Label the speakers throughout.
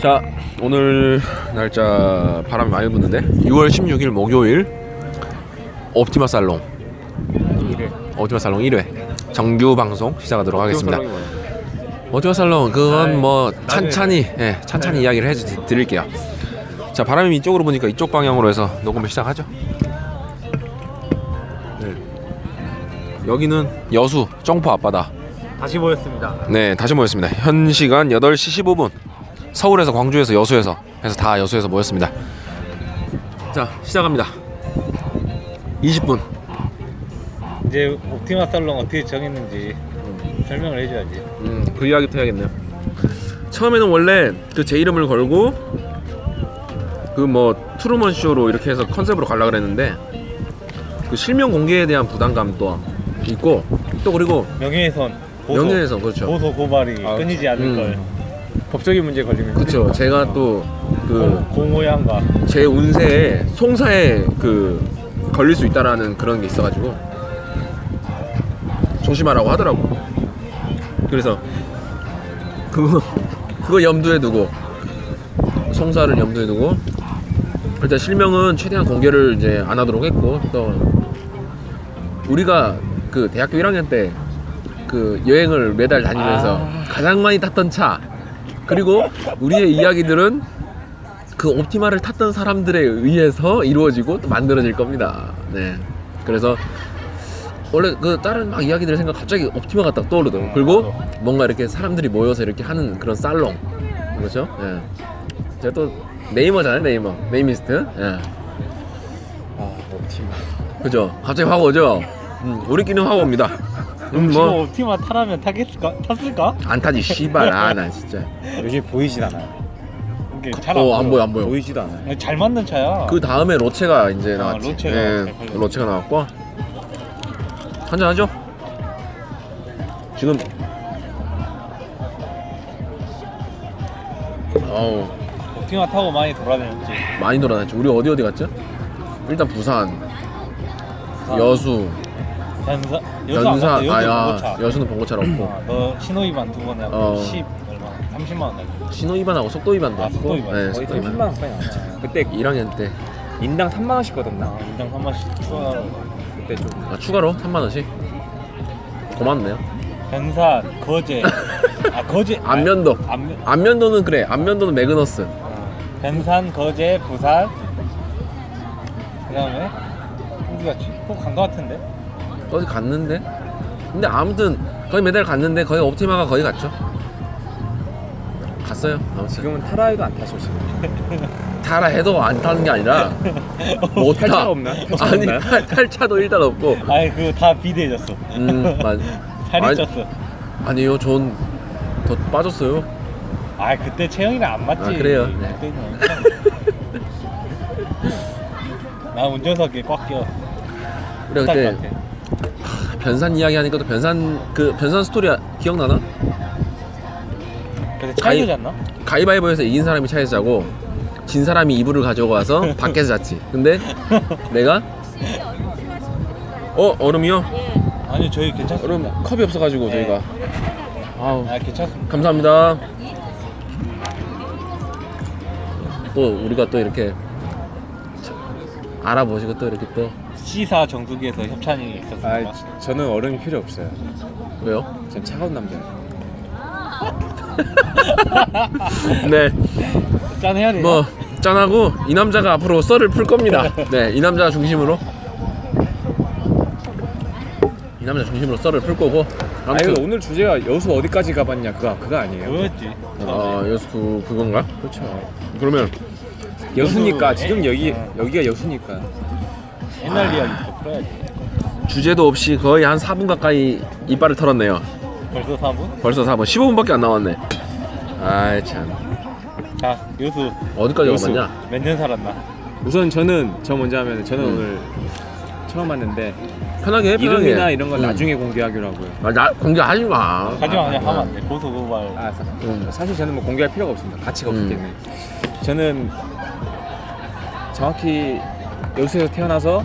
Speaker 1: 자 오늘 날짜 바람이 많이 부는데 6월 16일 목요일 옵티마 살롱 옵티마 살롱 1회 정규 방송 시작하도록 하겠습니다 옵티마 살롱 그건 뭐 찬찬히 예, 찬찬히 이야기를 해드릴게요 자 바람이 이쪽으로 보니까 이쪽 방향으로 해서 녹음을 시작하죠 네. 여기는 여수 정포 앞바다
Speaker 2: 다시 보였습니다.
Speaker 1: 네, 다시 모였습니다. 현 시간 8시 15분. 서울에서 광주에서 여수에서 해서 다 여수에서 모였습니다. 자, 시작합니다. 20분.
Speaker 2: 이제 옵티마 살롱 어떻게 정했는지
Speaker 3: 음.
Speaker 2: 설명을 해줘야지.
Speaker 1: 음, 그 이야기부터 해야겠네요. 처음에는 원래 그 제 이름을 걸고 그 뭐 트루먼 쇼로 이렇게 해서 컨셉으로 가려고 그랬는데 그 실명 공개에 대한 부담감 또 있고 또 그리고
Speaker 2: 명예훼손, 고소,
Speaker 1: 명예에서 그렇죠.
Speaker 2: 고소 고발이
Speaker 3: 아,
Speaker 2: 끊이지 않을
Speaker 1: 음.
Speaker 2: 걸.
Speaker 3: 법적인 문제 걸리면
Speaker 1: 그렇죠. 제가 또 그
Speaker 2: 고- 공호양과
Speaker 1: 제 운세에 송사에 그 걸릴 수 있다라는 그런 게 있어가지고 조심하라고 하더라고. 그래서 그거 그거 염두에 두고 송사를 염두에 두고 일단 실명은 최대한 공개를 이제 안 하도록 했고 또 우리가 그 대학교 1학년 때 그 여행을 매달 다니면서 가장 많이 탔던 차 그리고 우리의 이야기들은 그 옵티마를 탔던 사람들에 의해서 이루어지고 또 만들어질 겁니다. 네. 그래서 원래 그 다른 막 이야기들을 생각 갑자기 옵티마 가딱 떠오르더라고. 그리고 뭔가 이렇게 사람들이 모여서 이렇게 하는 그런 살롱. 그렇죠? 예. 제가 또 네이머잖아요, 네이머. 네이미스트. 예.
Speaker 3: 아 옵티마
Speaker 1: 그죠? 갑자기 화가 오죠? 음, 우리끼리는 화가 옵니다. 음,
Speaker 2: 뭐
Speaker 1: 뭐.
Speaker 2: 옵티마 타라면 타겠을까? 탔을까?
Speaker 1: 안 타지, 씨발. 아, 나 진짜.
Speaker 3: 요즘 보이진 않아요
Speaker 2: 이게 잘안
Speaker 1: 어, 안 보여, 안 보여.
Speaker 3: 보이지도 않아요
Speaker 2: 잘 맞는 차야.
Speaker 1: 그 다음에 로체가 이제
Speaker 2: 아,
Speaker 1: 나왔지.
Speaker 2: 로체가
Speaker 1: 예,
Speaker 2: 잘 팔렸어.
Speaker 1: 로체가 나왔고 한잔 하죠. 지금 어우
Speaker 2: 옵티마 타고 많이 돌아다녔지.
Speaker 1: 많이 돌아다녔죠. 우리 어디 어디 갔죠? 일단 부산, 여수,
Speaker 2: 연사, 여수 안
Speaker 1: 연산,
Speaker 2: 갔다. 여수
Speaker 1: 아야
Speaker 2: 차
Speaker 1: 여수는 번고차로 없고
Speaker 2: 아, 너 신호위반 두 번에
Speaker 1: 어.
Speaker 2: 어. 10 얼마? 30만 원 날려.
Speaker 1: 신호 위반하고 속도 위반도
Speaker 2: 아,
Speaker 1: 있고.
Speaker 2: 속도 위반.
Speaker 1: 네,
Speaker 3: 거의
Speaker 1: 속도
Speaker 3: 3만
Speaker 1: 위반.
Speaker 3: 원 가까이 나왔잖아요 그때
Speaker 1: 1학년 때
Speaker 3: 인당 3만 원씩
Speaker 2: 아,
Speaker 3: 거뒀나
Speaker 2: 인당 3만씩 추가하고.
Speaker 3: 그때 좀
Speaker 1: 아, 추가로 3만 원씩. 고맙네요.
Speaker 2: 변산, 거제. 아, 거제. 아,
Speaker 1: 안면도.
Speaker 2: 안면. 아,
Speaker 1: 안면도는 그래. 안면도는 매그너스.
Speaker 2: 변산, 거제, 부산. 그다음에 어디가 또간거 같은데?
Speaker 1: 거기 갔는데 근데 아무튼 거의 매달 갔는데 거의 옵티마가 거의 갔죠 갔어요 아무튼
Speaker 3: 지금은 타라에도 안 타죠 지금
Speaker 1: 타라 해도 안 타는 게 아니라
Speaker 3: 탈
Speaker 1: 못타
Speaker 3: 차가 없나? 탈 차가
Speaker 1: 아니
Speaker 3: 없나?
Speaker 1: 탈, 탈 차도 일단 없고
Speaker 2: 아니 그거 다 비대해졌어.
Speaker 1: 음 맞.
Speaker 2: 살이
Speaker 1: 아니,
Speaker 2: 쪘어.
Speaker 1: 아니요 전 더 빠졌어요
Speaker 2: 아 그때 채영이랑 안 맞지.
Speaker 1: 아, 그래요? 네.
Speaker 2: 그때는 나 운전석에 꽉 껴.
Speaker 1: 우리가
Speaker 2: 못할
Speaker 1: 그때
Speaker 2: 것 같아.
Speaker 1: 변산 이야기 하니까 또 변산 그 변산 스토리 아- 기억나나?
Speaker 2: 그래서
Speaker 1: 가위-
Speaker 2: 차이도 잤나?
Speaker 1: 가위바위보에서 이긴 사람이 차에서 자고 진 사람이 이불을 가져고 와서 밖에서 잤지 근데 내가 어 얼음이요?
Speaker 2: 아니 저희 괜찮습니다.
Speaker 1: 여러분 컵이 없어가지고
Speaker 2: 네.
Speaker 1: 저희가 아우
Speaker 2: 아 괜찮습니다.
Speaker 1: 감사합니다 또 우리가 또 이렇게 자- 알아보시고 또 이렇게 또
Speaker 2: C사 정수기에서 협찬이 있었습니다.
Speaker 3: 아 저- 저는 얼음이 필요 없어요
Speaker 1: 왜요?
Speaker 3: 전 차가운 남자예요
Speaker 1: 네뭐
Speaker 2: 짠 해야 돼요.
Speaker 1: 뭐? 짠하고 이 남자가 앞으로 썰을 풀 겁니다 네이 남자 중심으로 이 남자 중심으로 썰을 풀 거고
Speaker 3: 아 이거
Speaker 1: 아무튼
Speaker 3: 오늘 주제가 여수 어디까지 가봤냐 그거 그거 아니에요
Speaker 2: 뭐였지?
Speaker 1: 아 여수 그- 그건가?
Speaker 3: 그렇죠
Speaker 1: 그러면
Speaker 3: 여수니까 어.
Speaker 2: 여수-
Speaker 3: 지금 여기
Speaker 2: 예.
Speaker 3: 여기가 여수니까
Speaker 1: 아.
Speaker 2: 옛날 이야기부터 풀어야지.
Speaker 1: 주제도 없이 거의 한 4분 가까이 이빨을 털었네요
Speaker 2: 벌써 3분?
Speaker 1: 벌써 4번 15분밖에 안 남았네. 아이 참
Speaker 2: 자 여수
Speaker 1: 어디까지
Speaker 3: 여수.
Speaker 1: 오갔냐?
Speaker 2: 몇 년 살았나?
Speaker 3: 우선 저는 저 먼저 하면 저는
Speaker 1: 음.
Speaker 3: 오늘 처음 왔는데
Speaker 1: 편하게 해, 편하게.
Speaker 3: 이름이나 이런 건
Speaker 1: 음.
Speaker 3: 나중에 공개하기로 하고요.
Speaker 1: 아, 나 공개하지 마.
Speaker 2: 하지만 그냥 하면 안 돼. 고소 고발.
Speaker 3: 아, 사,
Speaker 1: 음.
Speaker 3: 실 저는 뭐 공개할 필요가 없습니다. 가치가
Speaker 1: 음.
Speaker 3: 없기 때문에. 저는 정확히 여수에서 태어나서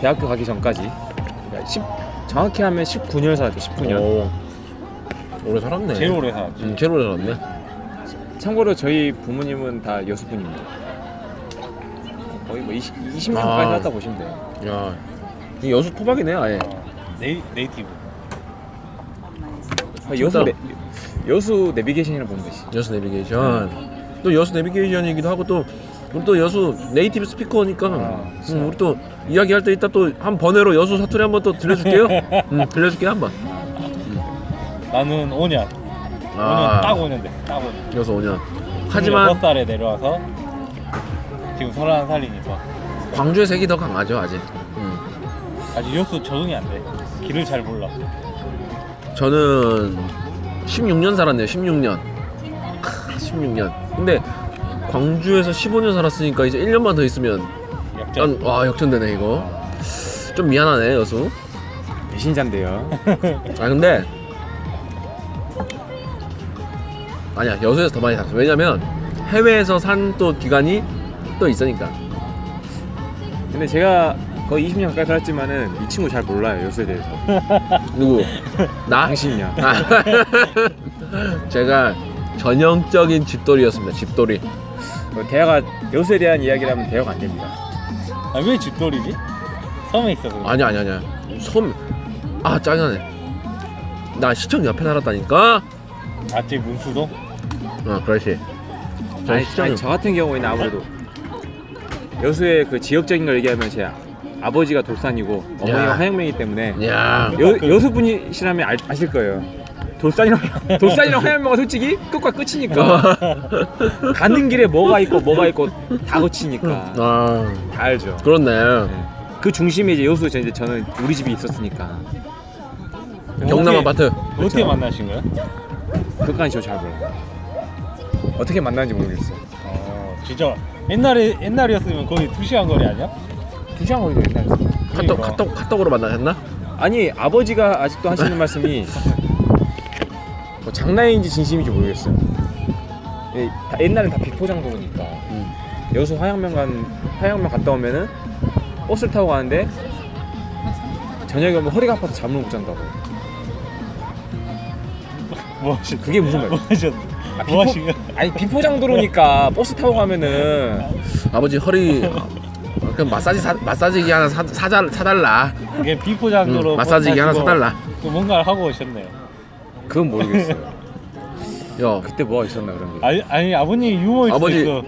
Speaker 3: 대학교 가기 전까지 그러니까 10 정확히 하면 19년 살았죠. 19년.
Speaker 1: 어. 오. 오래 살았네.
Speaker 2: 제일 오래 살았지.
Speaker 1: 음, 제일 오래 살았네.
Speaker 3: 참고로 저희 부모님은 다 여수분입니다. 거의 뭐 20, 20년까지
Speaker 1: 아.
Speaker 3: 살았다 보시면 돼요.
Speaker 1: 야, 이 여수 토박이네 아예.
Speaker 2: 어, 네이, 네이티브.
Speaker 3: 거의 여수 내, 여수 내비게이션이라 보면 되지.
Speaker 1: 여수 내비게이션. 또 여수 내비게이션이기도 하고 또 우리 또 여수 네이티브 스피커니까
Speaker 3: 아, 진짜.
Speaker 1: 음, 우리 또 이야기할 때 이따 또 한 번외로 여수 사투리 한번 또 들려줄게요. 음, 들려줄게 한 번.
Speaker 2: 나는 5년. 5년 딱 5년 돼. 딱 5년.
Speaker 1: 아, 여수 5년. 아. 하지만
Speaker 2: 6살에 내려와서 지금 31살이니까
Speaker 1: 광주의 색이 더 강하죠 아직. 음.
Speaker 2: 아직 요수 적응이 안 돼. 길을 잘 몰라.
Speaker 1: 저는 16년 살았네요. 16년. 크, 16년. 근데 광주에서 15년 살았으니까 이제 1년만 더 있으면
Speaker 2: 약점.
Speaker 1: 난, 와 역전되네 이거. 좀 미안하네 여수.
Speaker 3: 배신자인데요.
Speaker 1: 아 근데 아니야 여수에서 더 많이 살았어. 왜냐면 해외에서 산 또 기간이 또 있으니까.
Speaker 3: 근데 제가 거의 20년 가까이 살았지만은 이 친구 잘 몰라요 여수에 대해서.
Speaker 1: 누구? 나?
Speaker 3: 당신이야.
Speaker 1: 아, 제가 전형적인 집돌이였습니다. 집돌이.
Speaker 3: 뭐 대화가 여수에 대한 이야기라면 대화가 안 됩니다.
Speaker 2: 아, 왜 집돌이지? 섬에 있어서. 그래.
Speaker 1: 아니 아니 아니야. 섬. 아 짜증나네. 나 시청 옆에 살았다니까.
Speaker 2: 아직 문수동?
Speaker 1: 어 그렇지. 저
Speaker 3: 아니,
Speaker 1: 시청.
Speaker 3: 아니, 저 같은 경우에는 아무래도 여수의 그 지역적인 걸 얘기하면 제 아버지가 돌산이고 어머니가
Speaker 1: 야.
Speaker 3: 화양명이기 때문에
Speaker 1: 야.
Speaker 3: 여, 여수 분이시라면 알, 아실 거예요. 돌산이랑 돌산이랑 화양명은 솔직히 끝과 끝이니까 가는 길에 뭐가 있고 뭐가 있고 다 거치니까 다
Speaker 1: 아
Speaker 3: 알죠.
Speaker 1: 그렇네.
Speaker 3: 네. 그 중심에 이제 여수 이제 저는 우리 집이 있었으니까
Speaker 1: 경남
Speaker 2: 어떻게-
Speaker 1: 아파트.
Speaker 2: 어떻게 만나신 거야?
Speaker 3: 그것까지 저 잘 몰라요. 어떻게 만났는지 모르겠어요.
Speaker 2: 어, 진짜 옛날에 옛날이었으면 거의 2 시간 거리 아니야?
Speaker 3: 두 시간 걸리고 옛날에.
Speaker 1: 카톡
Speaker 2: 그러니까.
Speaker 1: 카톡 카톡으로 만나셨나?
Speaker 3: 아니 아버지가 아직도 하시는 말씀이 뭐 장난인지 진심인지 모르겠어요. 예, 다- 옛날엔 다 비포장도니까
Speaker 1: 음.
Speaker 3: 여수 화양면 간 화양면 갔다 오면은 버스를 타고 가는데 저녁에 오면 허리가 아파서 잠을 못 잔다고.
Speaker 2: 뭐 하신
Speaker 3: 그게 무슨
Speaker 2: 뭐
Speaker 3: 말이야?
Speaker 2: 하셨?
Speaker 3: 아,
Speaker 2: 뭐 하신 거?
Speaker 3: 아니 비포장도로니까 버스 타고 가면은
Speaker 1: 아버지 허리. 아, 그럼 마사지 사, 마사지기 하나 사, 사자, 사달라.
Speaker 2: 이게 비포장도로
Speaker 1: 음, 마사지기 하나
Speaker 2: 뭐
Speaker 1: 사달라.
Speaker 2: 또 뭔가를 하고 오셨네요.
Speaker 3: 그건 모르겠어요.
Speaker 1: 야,
Speaker 3: 그때 뭐가 있었나 그런 게.
Speaker 2: 아니 아니 아버님 유머 있어.
Speaker 1: 아버지.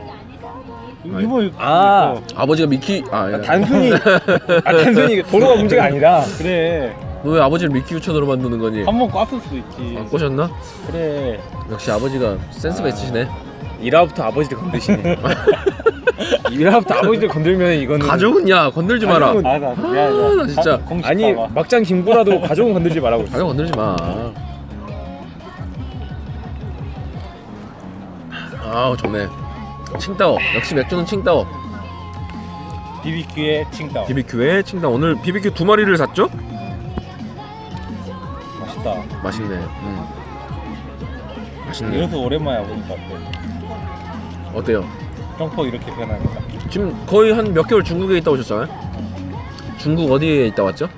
Speaker 2: 유머 있어.
Speaker 3: 아.
Speaker 1: 아버지가 미키. 아, 예.
Speaker 3: 단순히 아, 단순히 도로가 문제가 아니라
Speaker 2: 그래
Speaker 1: 너왜 아버지를 미키 유천으로 만드는 거니?
Speaker 2: 한 번 꽈을 수 있지.
Speaker 1: 안 꼬셨나?
Speaker 2: 그래.
Speaker 1: 역시 아버지가 센스가
Speaker 3: 아.
Speaker 1: 있으시네.
Speaker 3: 일화부터 아버지를 건드시네. 일화부터 아버지를 건들면 이거는
Speaker 1: 가족은 야 건들지 마라.
Speaker 3: 가족은-
Speaker 2: 아, 나, 야, 야.
Speaker 1: 나 진짜.
Speaker 2: 가- 공식
Speaker 3: 아니
Speaker 2: 봐봐.
Speaker 3: 막장 김구라도 가족은 건들지 말라고
Speaker 1: 가족 건들지 마. 아우 좋네. 칭따오 역시 맥주는 칭따오.
Speaker 2: BBQ의 칭따오.
Speaker 1: 비비큐에 칭따오 오늘 비비큐 두 마리를 샀죠?
Speaker 2: 맛있다.
Speaker 1: 맛있네. 음. 맛있네.
Speaker 2: 이래서 오랜만에 아버님 봤대.
Speaker 1: 어때요?
Speaker 2: 형포 이렇게 변하니까.
Speaker 1: 지금 거의 한 몇 개월 중국에 있다 오셨잖아요. 중국 어디에 있다 왔죠?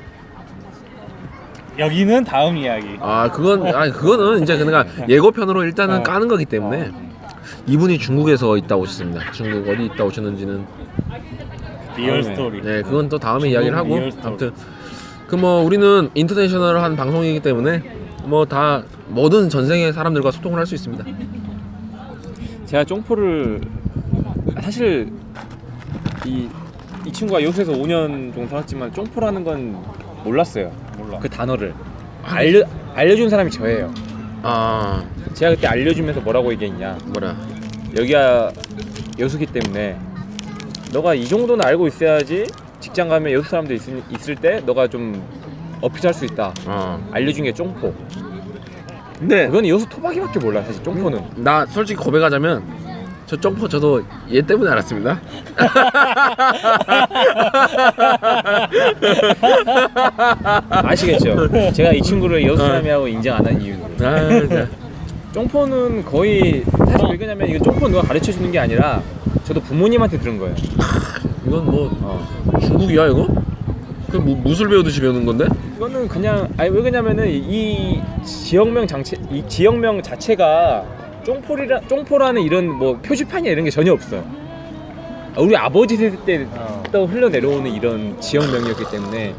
Speaker 2: 여기는 다음 이야기.
Speaker 1: 아 그건 아니 그거는 이제 그냥 예고편으로 일단은
Speaker 2: 어.
Speaker 1: 까는 거기 때문에 이분이 중국에서 있다 오셨습니다. 중국 어디 있다 오셨는지는
Speaker 2: 리얼
Speaker 3: 다음에.
Speaker 2: 스토리.
Speaker 1: 네 그건 또 다음에 이야기를 하고
Speaker 2: 리얼 스토리.
Speaker 1: 아무튼 그 뭐 우리는 인터내셔널한 방송이기 때문에 뭐 다 모든 전 세계 사람들과 소통을 할 수 있습니다.
Speaker 3: 제가 쫑포를 사실 이, 이 친구가 여수에서 5년 정도 살았지만 쫑포라는 건 몰랐어요
Speaker 2: 몰라.
Speaker 3: 그 단어를 알려, 알려준 사람이 저예요
Speaker 1: 아
Speaker 3: 제가 그때 알려주면서 뭐라고 얘기했냐
Speaker 1: 뭐라
Speaker 3: 여기가 여수기 때문에 너가 이 정도는 알고 있어야지 직장 가면 여수 사람들 있을, 있을 때 너가 좀 어필할 수 있다
Speaker 1: 어
Speaker 3: 알려준 게 쫑포
Speaker 1: 근데
Speaker 3: 그건 여수 토박이밖에 몰라 사실 쫑포는
Speaker 1: 나 솔직히 고백하자면 저 점퍼 저도 얘 때문에 알았습니다.
Speaker 3: 아시겠죠? 제가 이 친구를 여수 사람이라고 인정 안 한 이유는
Speaker 1: 아, 진짜.
Speaker 3: 쫑포는 거의 사실 왜 그러냐면 이거 쫑포 누가 가르쳐 주는 게 아니라 저도 부모님한테 들은 거예요.
Speaker 1: 이건 뭐
Speaker 3: 어.
Speaker 1: 중국이야 이거? 그 무, 무술 배우듯이 배우는 건데?
Speaker 3: 이거는 그냥 아니 왜 그러냐면은 이 지역명 장치 이 지역명 자체가 쫑포리라 쫑포라는 이런 뭐 표지판이나 이런 게 전혀 없어요. 아, 우리 아버지 세대 때
Speaker 2: 어.
Speaker 3: 또 흘러내려오는 이런 지역명이었기 때문에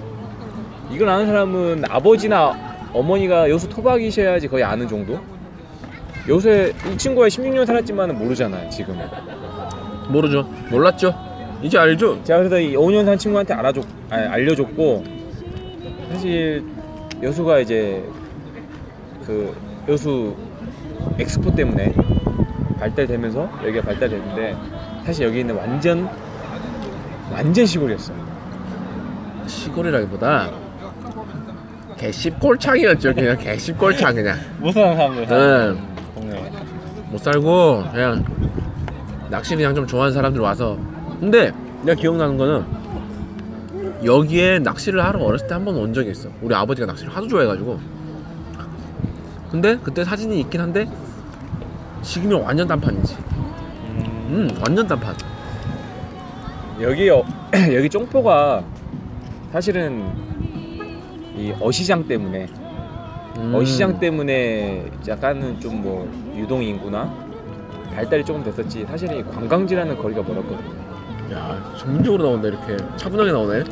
Speaker 3: 이걸 아는 사람은 아버지나 어머니가 여수 토박이셔야지 거의 아는 정도. 요새 이 친구가 16년 살았지만은 모르잖아요 지금은.
Speaker 1: 모르죠. 몰랐죠. 이제 알죠.
Speaker 3: 제가 그래서 이 5년 산 친구한테 알아줬, 아, 알려줬고 사실 여수가 이제 그 여수 엑스포 때문에 발달되면서 여기가 발달됐는데 사실 여기 있는 완전 완전 시골이었어.
Speaker 1: 시골이라기보다 개씹골창이었죠. 그냥 개씹골창 그냥.
Speaker 2: 못 사는 사람들
Speaker 1: 네. 응.
Speaker 2: 동네
Speaker 1: 못 살고 그냥 낚시 그냥 좀 좋아하는 사람들 와서. 근데 내가 기억나는 거는 여기에 낚시를 하러 어렸을 때 한 번 온 적이 있어. 우리 아버지가 낚시를 하도 좋아해가지고. 근데 그때 사진이 있긴 한데 지금이 완전 단판이지.
Speaker 2: 음,
Speaker 1: 음, 완전 단판.
Speaker 3: 여기 어, 여기 쫑포가 사실은 이 어시장 때문에
Speaker 1: 음.
Speaker 3: 어시장 때문에 약간은 좀 뭐 유동 인구나 발달이 조금 됐었지 사실은 이 관광지라는 거리가 멀었거든요.
Speaker 1: 야, 전문적으로 나온다 이렇게 차분하게 나오네.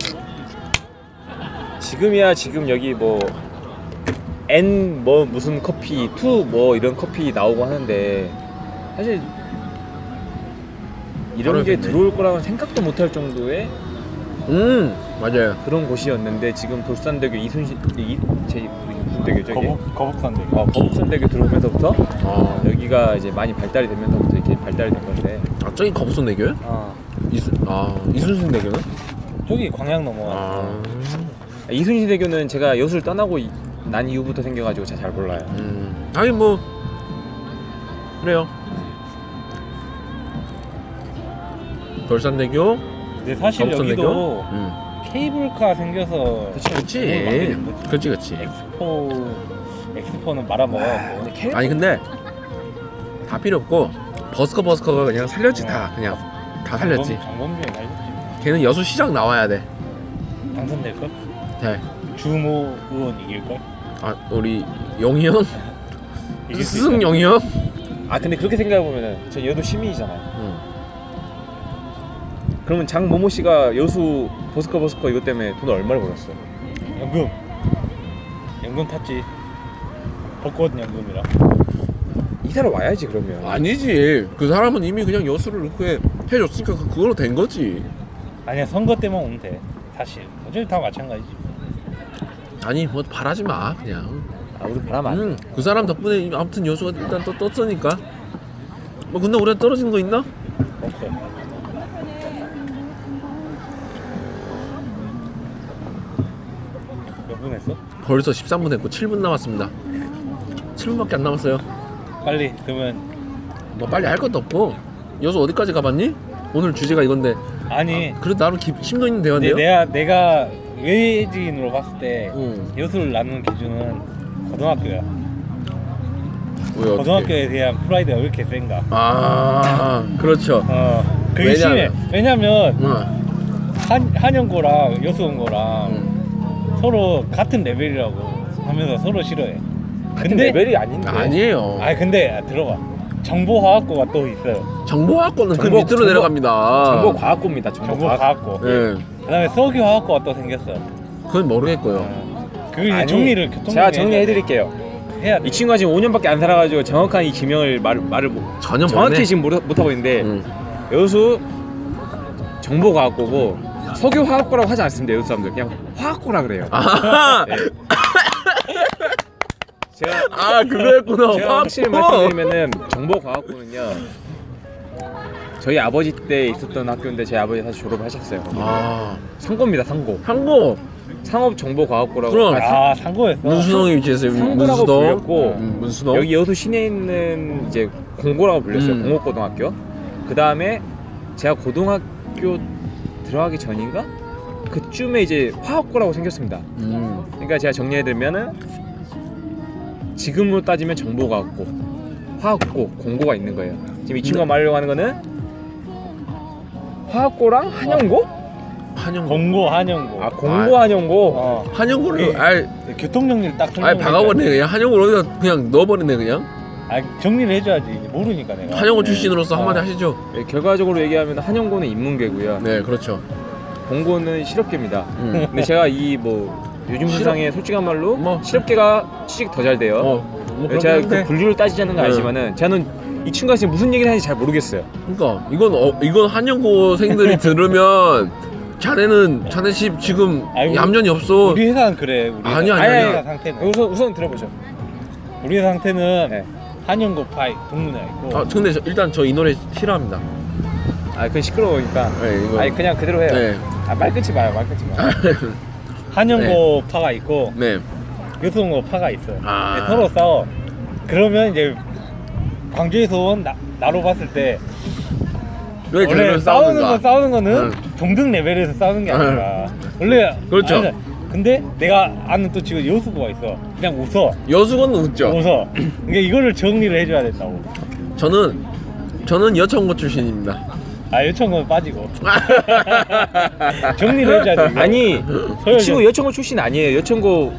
Speaker 3: 지금이야 지금 여기 뭐 N 뭐 무슨 커피, 투 뭐 이런 커피 나오고 하는데 사실 이런 게
Speaker 1: 어렵겠네.
Speaker 3: 들어올 거라고는 생각도 못할 정도의
Speaker 1: 음, 맞아요.
Speaker 3: 그런 곳이었는데 지금 돌산대교 이순신 이제 무슨 대교죠 이게?
Speaker 2: 거북 거북선 되게
Speaker 3: 어, 거북선대교 들어오면서부터
Speaker 1: 아,
Speaker 3: 여기가 이제 많이 발달이 되면서부터 이렇게 발달이 된 건데
Speaker 1: 아 저기 거북선 대교요? 이순, 아, 이순신 대교는?
Speaker 2: 저기 광양 넘어와
Speaker 1: 아,
Speaker 3: 이순신 대교는 제가 여수를 떠나고 이- 난 이후부터 생겨가지고 제가 잘 몰라요.
Speaker 1: 음, 하긴 뭐 그래요. 돌산 대교,
Speaker 2: 근데 사실
Speaker 1: 거북선 대교.
Speaker 2: 여기도
Speaker 1: 음,
Speaker 2: 케이블카 생겨서
Speaker 3: 네,
Speaker 1: 그렇지, 그렇지, 그렇지.
Speaker 2: 엑스포 엑스포는 말아먹어갖고
Speaker 3: 근데 캐릭터
Speaker 1: 아니 근데 다 필요 없고 버스커 버스커가 그냥 살렸지 다 그냥 다 살렸지.
Speaker 2: 장범준이 날렸지
Speaker 1: 걔는 여수 시장 나와야 돼.
Speaker 2: 당선될걸?
Speaker 1: 네.
Speaker 2: 주모 의원 이길걸?
Speaker 1: 아 우리 영희 형,
Speaker 2: 이길 수
Speaker 1: 스승
Speaker 2: 있다.
Speaker 1: 영희 형.
Speaker 3: 아 근데 그렇게 생각해 보면은 저 여도 시민이잖아요.
Speaker 1: 음.
Speaker 3: 그러면 장모모 씨가 여수 버스커 버스커 이것 때문에 돈 얼마를 벌었어?
Speaker 2: 연금 연금 탔지 벚꽃 연금이라
Speaker 3: 이사를 와야지 그러면.
Speaker 1: 아니지. 그 사람은 이미 그냥 여수를 이렇게 해줬으니까 그- 그걸로 된 거지.
Speaker 2: 아니야 선거 때만 오면 돼 사실 어차피 다 마찬가지지
Speaker 1: 아니 뭐 바라지 마 그냥.
Speaker 3: 아 우리 바람 안.
Speaker 1: 음, 그 사람 덕분에 이- 아무튼 여수가 일단 또 떴으니까. 뭐 근데 우리가 떨어진 거 있나?
Speaker 2: 없어 몇 분 했어?
Speaker 1: 벌써 13분 했고 7분 남았습니다. 7분밖에 안 남았어요.
Speaker 2: 빨리 그러면
Speaker 1: 뭐 빨리 할 것도 없고 여수 어디까지 가봤니? 오늘 주제가 이건데
Speaker 2: 아니
Speaker 1: 그래도 나름 기, 심도 있는 대화인데요.
Speaker 2: 근데 내가 내가 외지인으로 봤을 때
Speaker 1: 응.
Speaker 2: 여수를 나누는 기준은 고등학교야.
Speaker 1: 왜 어떡해.
Speaker 2: 고등학교에 대한 프라이드가 왜 이렇게 센가?
Speaker 1: 아 그렇죠.
Speaker 2: 어, 그게 심해.
Speaker 1: 왜냐면-
Speaker 2: 왜냐면
Speaker 1: 응.
Speaker 2: 한 한영고랑 여수 온거랑
Speaker 1: 응.
Speaker 2: 서로 같은 레벨이라고 하면서 서로 싫어해.
Speaker 3: 같은 레벨이 아닌데.
Speaker 1: 아니에요.
Speaker 2: 아 근데 들어봐. 정보화학고가 또 있어요.
Speaker 1: 정보학과는 그
Speaker 3: 정보-
Speaker 1: 밑으로
Speaker 3: 정보-
Speaker 1: 내려갑니다.
Speaker 3: 정보 과학고입니다. 정보 과학.
Speaker 2: 정보화학고.
Speaker 1: 예.
Speaker 2: 그다음에 석유화학고가 또 생겼어.
Speaker 1: 그건 모르겠고요.
Speaker 2: 그걸 이제
Speaker 3: 아니,
Speaker 2: 정리를 교통
Speaker 3: 제가 정리해 드릴게요.
Speaker 2: 해야 돼.
Speaker 3: 이 친구가 지금 5년밖에 안 살아가지고 정확한 이 지명을 말, 말을 못.
Speaker 1: 전혀
Speaker 3: 정확히
Speaker 1: 모르네. 음. 예.
Speaker 3: 지금 모르, 못 하고 있는데
Speaker 1: 응.
Speaker 3: 여수 정보 과학고고 석유 화학고라고 하지 않습니다 여수 사람들 그냥 화학고라 그래요.
Speaker 1: 아하!
Speaker 3: 네. 제가
Speaker 1: 아 그거였구나.
Speaker 3: 제가 확실히 말씀드리면은 정보과학부는요 저희 아버지 때 있었던 학교인데 제 아버지 사실 졸업하셨어요.
Speaker 1: 아
Speaker 3: 상고입니다 상고 어,
Speaker 1: 상고
Speaker 3: 상업정보과학고라고
Speaker 1: 그럼.
Speaker 3: 아,
Speaker 2: 아 상고였어.
Speaker 1: 문수동에 위치해서
Speaker 3: 상고라고
Speaker 1: 문수동.
Speaker 3: 불렸고,
Speaker 1: 음, 문수동.
Speaker 3: 여기 여수 시내에 있는 이제 공고라고 불렸어요
Speaker 1: 음.
Speaker 3: 공업고등학교 그 다음에 제가 고등학교 들어가기 전인가 그쯤에 이제 화학고라고 생겼습니다.
Speaker 1: 음.
Speaker 3: 그러니까 제가 정리해드리면은 지금으로 따지면 정보가 없고 화학고 공고가 있는 거예요.
Speaker 1: 네.
Speaker 3: 지금 이 친구가 말하려고 하는 거는 화학고랑 한영고
Speaker 1: 한영고.
Speaker 2: 공고 한영고.
Speaker 3: 아 공고 한영고
Speaker 2: 어.
Speaker 1: 한영고를
Speaker 2: 예.
Speaker 1: 아이
Speaker 2: 교통 정리를 딱
Speaker 1: 아이
Speaker 2: 설명해.
Speaker 1: 박아버리네 그냥 한영고를 어디다 그냥 넣어버리네 그냥.
Speaker 2: 아 정리를 해줘야지 이제 모르니까 내가.
Speaker 1: 한영고
Speaker 3: 네.
Speaker 1: 출신으로서 한마디
Speaker 2: 아.
Speaker 1: 하시죠.
Speaker 3: 예, 결과적으로 얘기하면 한영고는 인문계고요
Speaker 1: 네 그렇죠.
Speaker 3: 공고는 실업계입니다
Speaker 1: 음.
Speaker 3: 근데 제가 이 뭐 요즘
Speaker 1: 실업-
Speaker 3: 세상에 솔직한 말로
Speaker 1: 뭐.
Speaker 3: 실업계가 취직 더 잘 돼요
Speaker 1: 어. 뭐 그렇긴
Speaker 3: 제가 그
Speaker 1: 한데.
Speaker 3: 분류를 따지자는 건
Speaker 1: 네.
Speaker 3: 아니지만은 저는 이 친구가 지금 무슨 얘기를 하는지 잘 모르겠어요
Speaker 1: 그러니까 이건 어, 이건 한영고생들이 들으면 자네는 자네 집 지금
Speaker 2: 아이고,
Speaker 1: 얌전히 없어.
Speaker 2: 우리 회사는 그래. 우리
Speaker 1: 아니,
Speaker 2: 회사-
Speaker 1: 아니, 아니.
Speaker 2: 회사 상태는
Speaker 3: 우선, 우선 들어보죠
Speaker 2: 우리 회사 상태는
Speaker 3: 네.
Speaker 2: 한영고 파이 동문회 있고.
Speaker 1: 아 근데 저- 일단 저 이 노래 싫어합니다.
Speaker 3: 아 그건 시끄러우니까
Speaker 1: 네 이거.
Speaker 3: 아니 그냥 그대로 해요
Speaker 1: 네.
Speaker 3: 아 말 끊지 마요 말 끊지 마요
Speaker 2: 한영고 파가 있고
Speaker 1: 네.
Speaker 2: 교통고 파가 있어요.
Speaker 1: 아.
Speaker 2: 네, 서로 싸워. 그러면 이제 광주에서 온 나, 나로 봤을 때
Speaker 1: 왜
Speaker 2: 원래
Speaker 1: 저를
Speaker 2: 싸우는
Speaker 1: 싸우는가?
Speaker 2: 거 싸우는 거는
Speaker 1: 응.
Speaker 2: 동등 레벨에서 싸우는 게 아니라 원래
Speaker 1: 그렇죠.
Speaker 2: 아니, 근데 내가 아는 또 지금 여수고가 있어. 그냥 웃어.
Speaker 1: 여수건 웃죠.
Speaker 2: 웃어. 그러니까 이거를 정리를 해줘야 된다고.
Speaker 3: 어.
Speaker 1: 저는 저는 여천고 출신입니다.
Speaker 2: 아 요청은 빠지고 정리를 해줘야 돼. 이거.
Speaker 3: 아니
Speaker 2: 서열
Speaker 3: 이 친구 여천고 출신 아니에요 여천고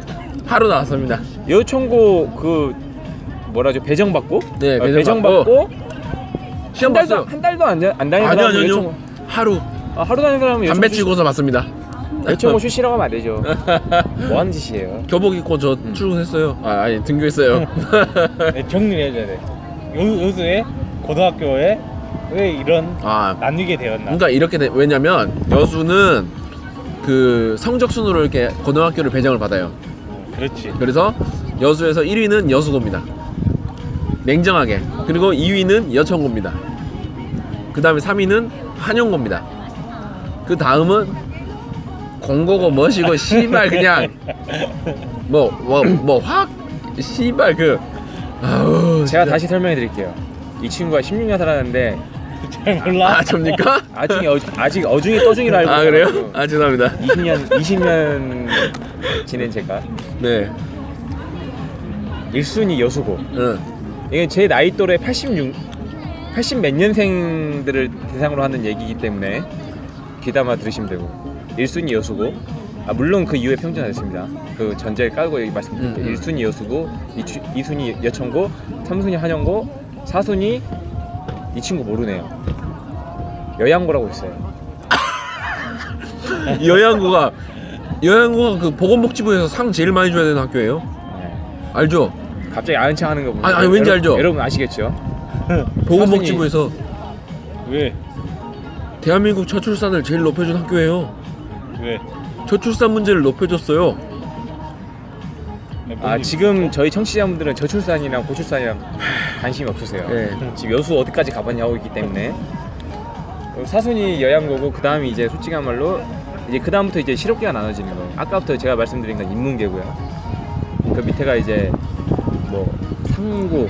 Speaker 1: 하루 나왔습니다.
Speaker 3: 여천고 그 뭐라죠 배정 받고
Speaker 1: 네,
Speaker 3: 어,
Speaker 1: 배정
Speaker 3: 배정
Speaker 1: 받고.
Speaker 3: 받고
Speaker 1: 시험
Speaker 3: 한 달도
Speaker 1: 봤어요.
Speaker 3: 한 달도 안, 자- 안 다니는
Speaker 1: 아니요
Speaker 3: 사람은
Speaker 1: 아니요
Speaker 3: 여천고
Speaker 1: 아니요. 하루
Speaker 3: 아, 하루 다니는 사람은
Speaker 1: 담배
Speaker 3: 여천고
Speaker 1: 치고서 봤습니다.
Speaker 3: 출신- 여천고 출신이라고 하면 안 되죠 뭐 하는 짓이에요
Speaker 1: 교복 입고 저
Speaker 3: 음.
Speaker 1: 출근했어요. 아 아니 등교했어요.
Speaker 2: 네, 정리를 해줘야 돼. 요, 요수에 고등학교에 왜 이런
Speaker 1: 아
Speaker 2: 나뉘게 되었나?
Speaker 1: 그러니까 이렇게 돼- 왜냐면 여수는 그 성적 순으로 이렇게 고등학교를 배정을 받아요.
Speaker 2: 그렇지.
Speaker 1: 그래서 여수에서 1위는 여수고입니다. 냉정하게. 그리고 2위는 여천고입니다. 그 다음에 3위는 한영고입니다. 그 다음은 공고고 뭐시고 씨발 그냥 뭐 뭐 뭐 확 씨발 그 아우
Speaker 3: 제가 다시 설명해 드릴게요 이 친구가 16년 살았는데
Speaker 2: 잘 몰라.
Speaker 1: 아 접니까?
Speaker 3: 아직 어, 아직 어중이 떠중이라 알고
Speaker 1: 아 그래요?
Speaker 3: 있어가지고
Speaker 1: 아 죄송합니다.
Speaker 3: 20년 20년 지낸 제가
Speaker 1: 네.
Speaker 3: 1순위 여수고
Speaker 1: 응.
Speaker 3: 이게 제 나이 또래 86, 80 몇 년생들을 대상으로 하는 얘기이기 때문에 귀담아 들으시면 되고 1순위 여수고 아 물론 그 이후에 평준화 됐습니다 그 전제를 깔고 얘기 말씀드릴게요
Speaker 1: 음, 음.
Speaker 3: 1순위 여수고 2, 순위 여천고 3순위 한영고 4순위 이 친구 모르네요 여양고라고 있어요
Speaker 1: 여양고가 여양고가 그 보건복지부에서 상 제일 많이 줘야 되는 학교예요.
Speaker 3: 네.
Speaker 1: 알죠?
Speaker 3: 갑자기 아는 척 하는 거 보면
Speaker 1: 아니, 아니, 왠지
Speaker 3: 여러-
Speaker 1: 알죠?
Speaker 3: 여러분 아시겠죠?
Speaker 1: 보건복지부에서
Speaker 2: 왜?
Speaker 1: 대한민국 저출산을 제일 높여준 학교예요.
Speaker 2: 왜?
Speaker 1: 저출산 문제를 높여줬어요. 네,
Speaker 3: 아 지금 저희 청취자분들은 저출산이랑 고출산이랑 관심이 없으세요
Speaker 1: 네.
Speaker 3: 지금 여수 어디까지 가봤냐고 있기 때문에 어, 사순이 여양고고 그 다음이 이제 솔직한 말로 이제 그 다음부터 이제 실업계가 나눠지는 거예요. 아까부터 제가 말씀드린 건 인문계고요. 그 밑에가 이제 뭐 상고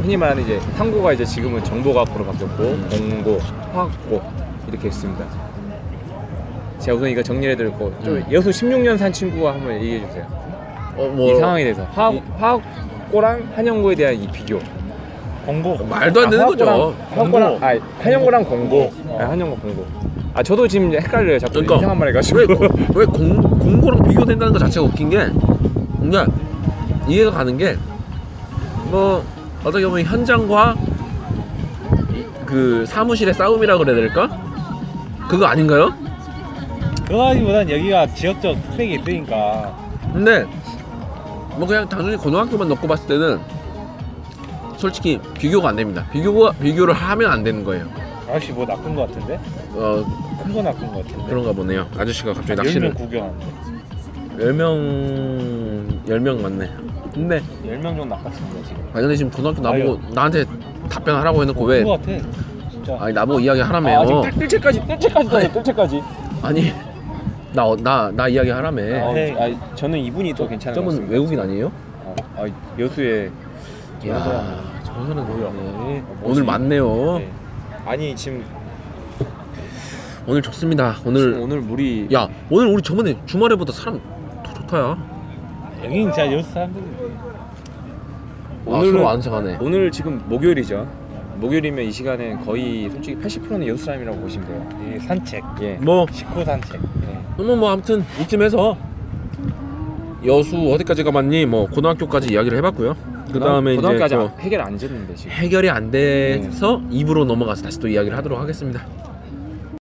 Speaker 3: 흔히 말하는 이제 상고가 이제 지금은 정보과학고로 바뀌었고 공고, 화학고 이렇게 있습니다. 제가 우선 이거 정리해드렸고 좀
Speaker 1: 음.
Speaker 3: 여수 16년 산 친구가 한번 얘기해 주세요.
Speaker 1: 어, 뭐
Speaker 3: 이 상황에 대해서 화학, 화학고랑 한영고에 대한 이 비교.
Speaker 2: 공고.
Speaker 1: 말도 안 되는 거죠.
Speaker 3: 한영고랑
Speaker 2: 공고.
Speaker 3: 아 한영고랑 공고.
Speaker 2: 어.
Speaker 3: 아, 한영고 공고. 아 저도 지금 헷갈려요. 자꾸
Speaker 1: 그러니까.
Speaker 3: 이상한 말 해가지고.
Speaker 1: 왜, 왜 공, 공고랑 비교된다는 것 자체가 웃긴 게, 그러니까 이해가 가는 게, 뭐 어떻게 보면 현장과 이- 그 사무실의 싸움이라 그래야 될까? 그거 아닌가요?
Speaker 2: 그거보단 여기가 지역적 특색이 있으니까.
Speaker 1: 근데 뭐 그냥 단순히 고등학교만 넣고 봤을 때는 솔직히 비교가 안 됩니다. 비교가 비교를 하면 안 되는 거예요.
Speaker 2: 아저씨 뭐 낚은 거 같은데?
Speaker 1: 어
Speaker 2: 큰 거 낚은 거 같은데.
Speaker 1: 그런가 보네요. 아저씨가 갑자기
Speaker 2: 열명
Speaker 1: 낚시를
Speaker 2: 구경하는데.
Speaker 1: 10명 10명 맞네. 근데
Speaker 2: 열명 정도 낚았습니다 지금.
Speaker 1: 과전에 지금 고등학교 나보고 나한테 답변하라고 해놓고 왜
Speaker 2: 큰거 같아. 진짜.
Speaker 1: 네. 아니 나보고 이야기
Speaker 3: 아,
Speaker 1: 하라며.
Speaker 3: 아직 뜰, 뜰채까지 뜰채까지 떠요. 뜰채까지.
Speaker 1: 아니 나 나 나 이야기 하라며.
Speaker 3: 어,
Speaker 2: 네.
Speaker 3: 아 저는 이분이 더 괜찮은 것
Speaker 1: 저분
Speaker 3: 같습니다.
Speaker 1: 외국인 아니에요?
Speaker 3: 어, 아, 여수에
Speaker 1: 야,
Speaker 3: 여자.
Speaker 1: 저런 사람 뭐야?
Speaker 3: 뭐지?
Speaker 1: 오늘 맞네요.
Speaker 3: 네. 아니 지금
Speaker 1: 오늘 좋습니다.
Speaker 3: 오늘,
Speaker 1: 오늘
Speaker 3: 오늘 물이
Speaker 1: 야 오늘 우리 저번에 주말에보다 사람 더 좋다야
Speaker 2: 여기는 진짜 여수 사람들이.
Speaker 1: 오늘 아, 서로 안착하네
Speaker 3: 오늘 지금 목요일이죠. 목요일이면 이 시간엔 거의 솔직히 80%는 여수 사람이라고 보시면 돼요.
Speaker 2: 이 산책
Speaker 3: 예.
Speaker 1: 뭐
Speaker 2: 식구 산책
Speaker 1: 뭐, 뭐 아무튼 이쯤에서 여수 어디까지 가봤니? 뭐 고등학교까지 이야기를 해봤고요. 그 다음에 이제
Speaker 3: 고등학교까지
Speaker 1: 또
Speaker 3: 해결 안 됐는데 지금.
Speaker 1: 음. 해결이 안 돼서 입으로 넘어가서 다시 또 이야기를 하도록 하겠습니다.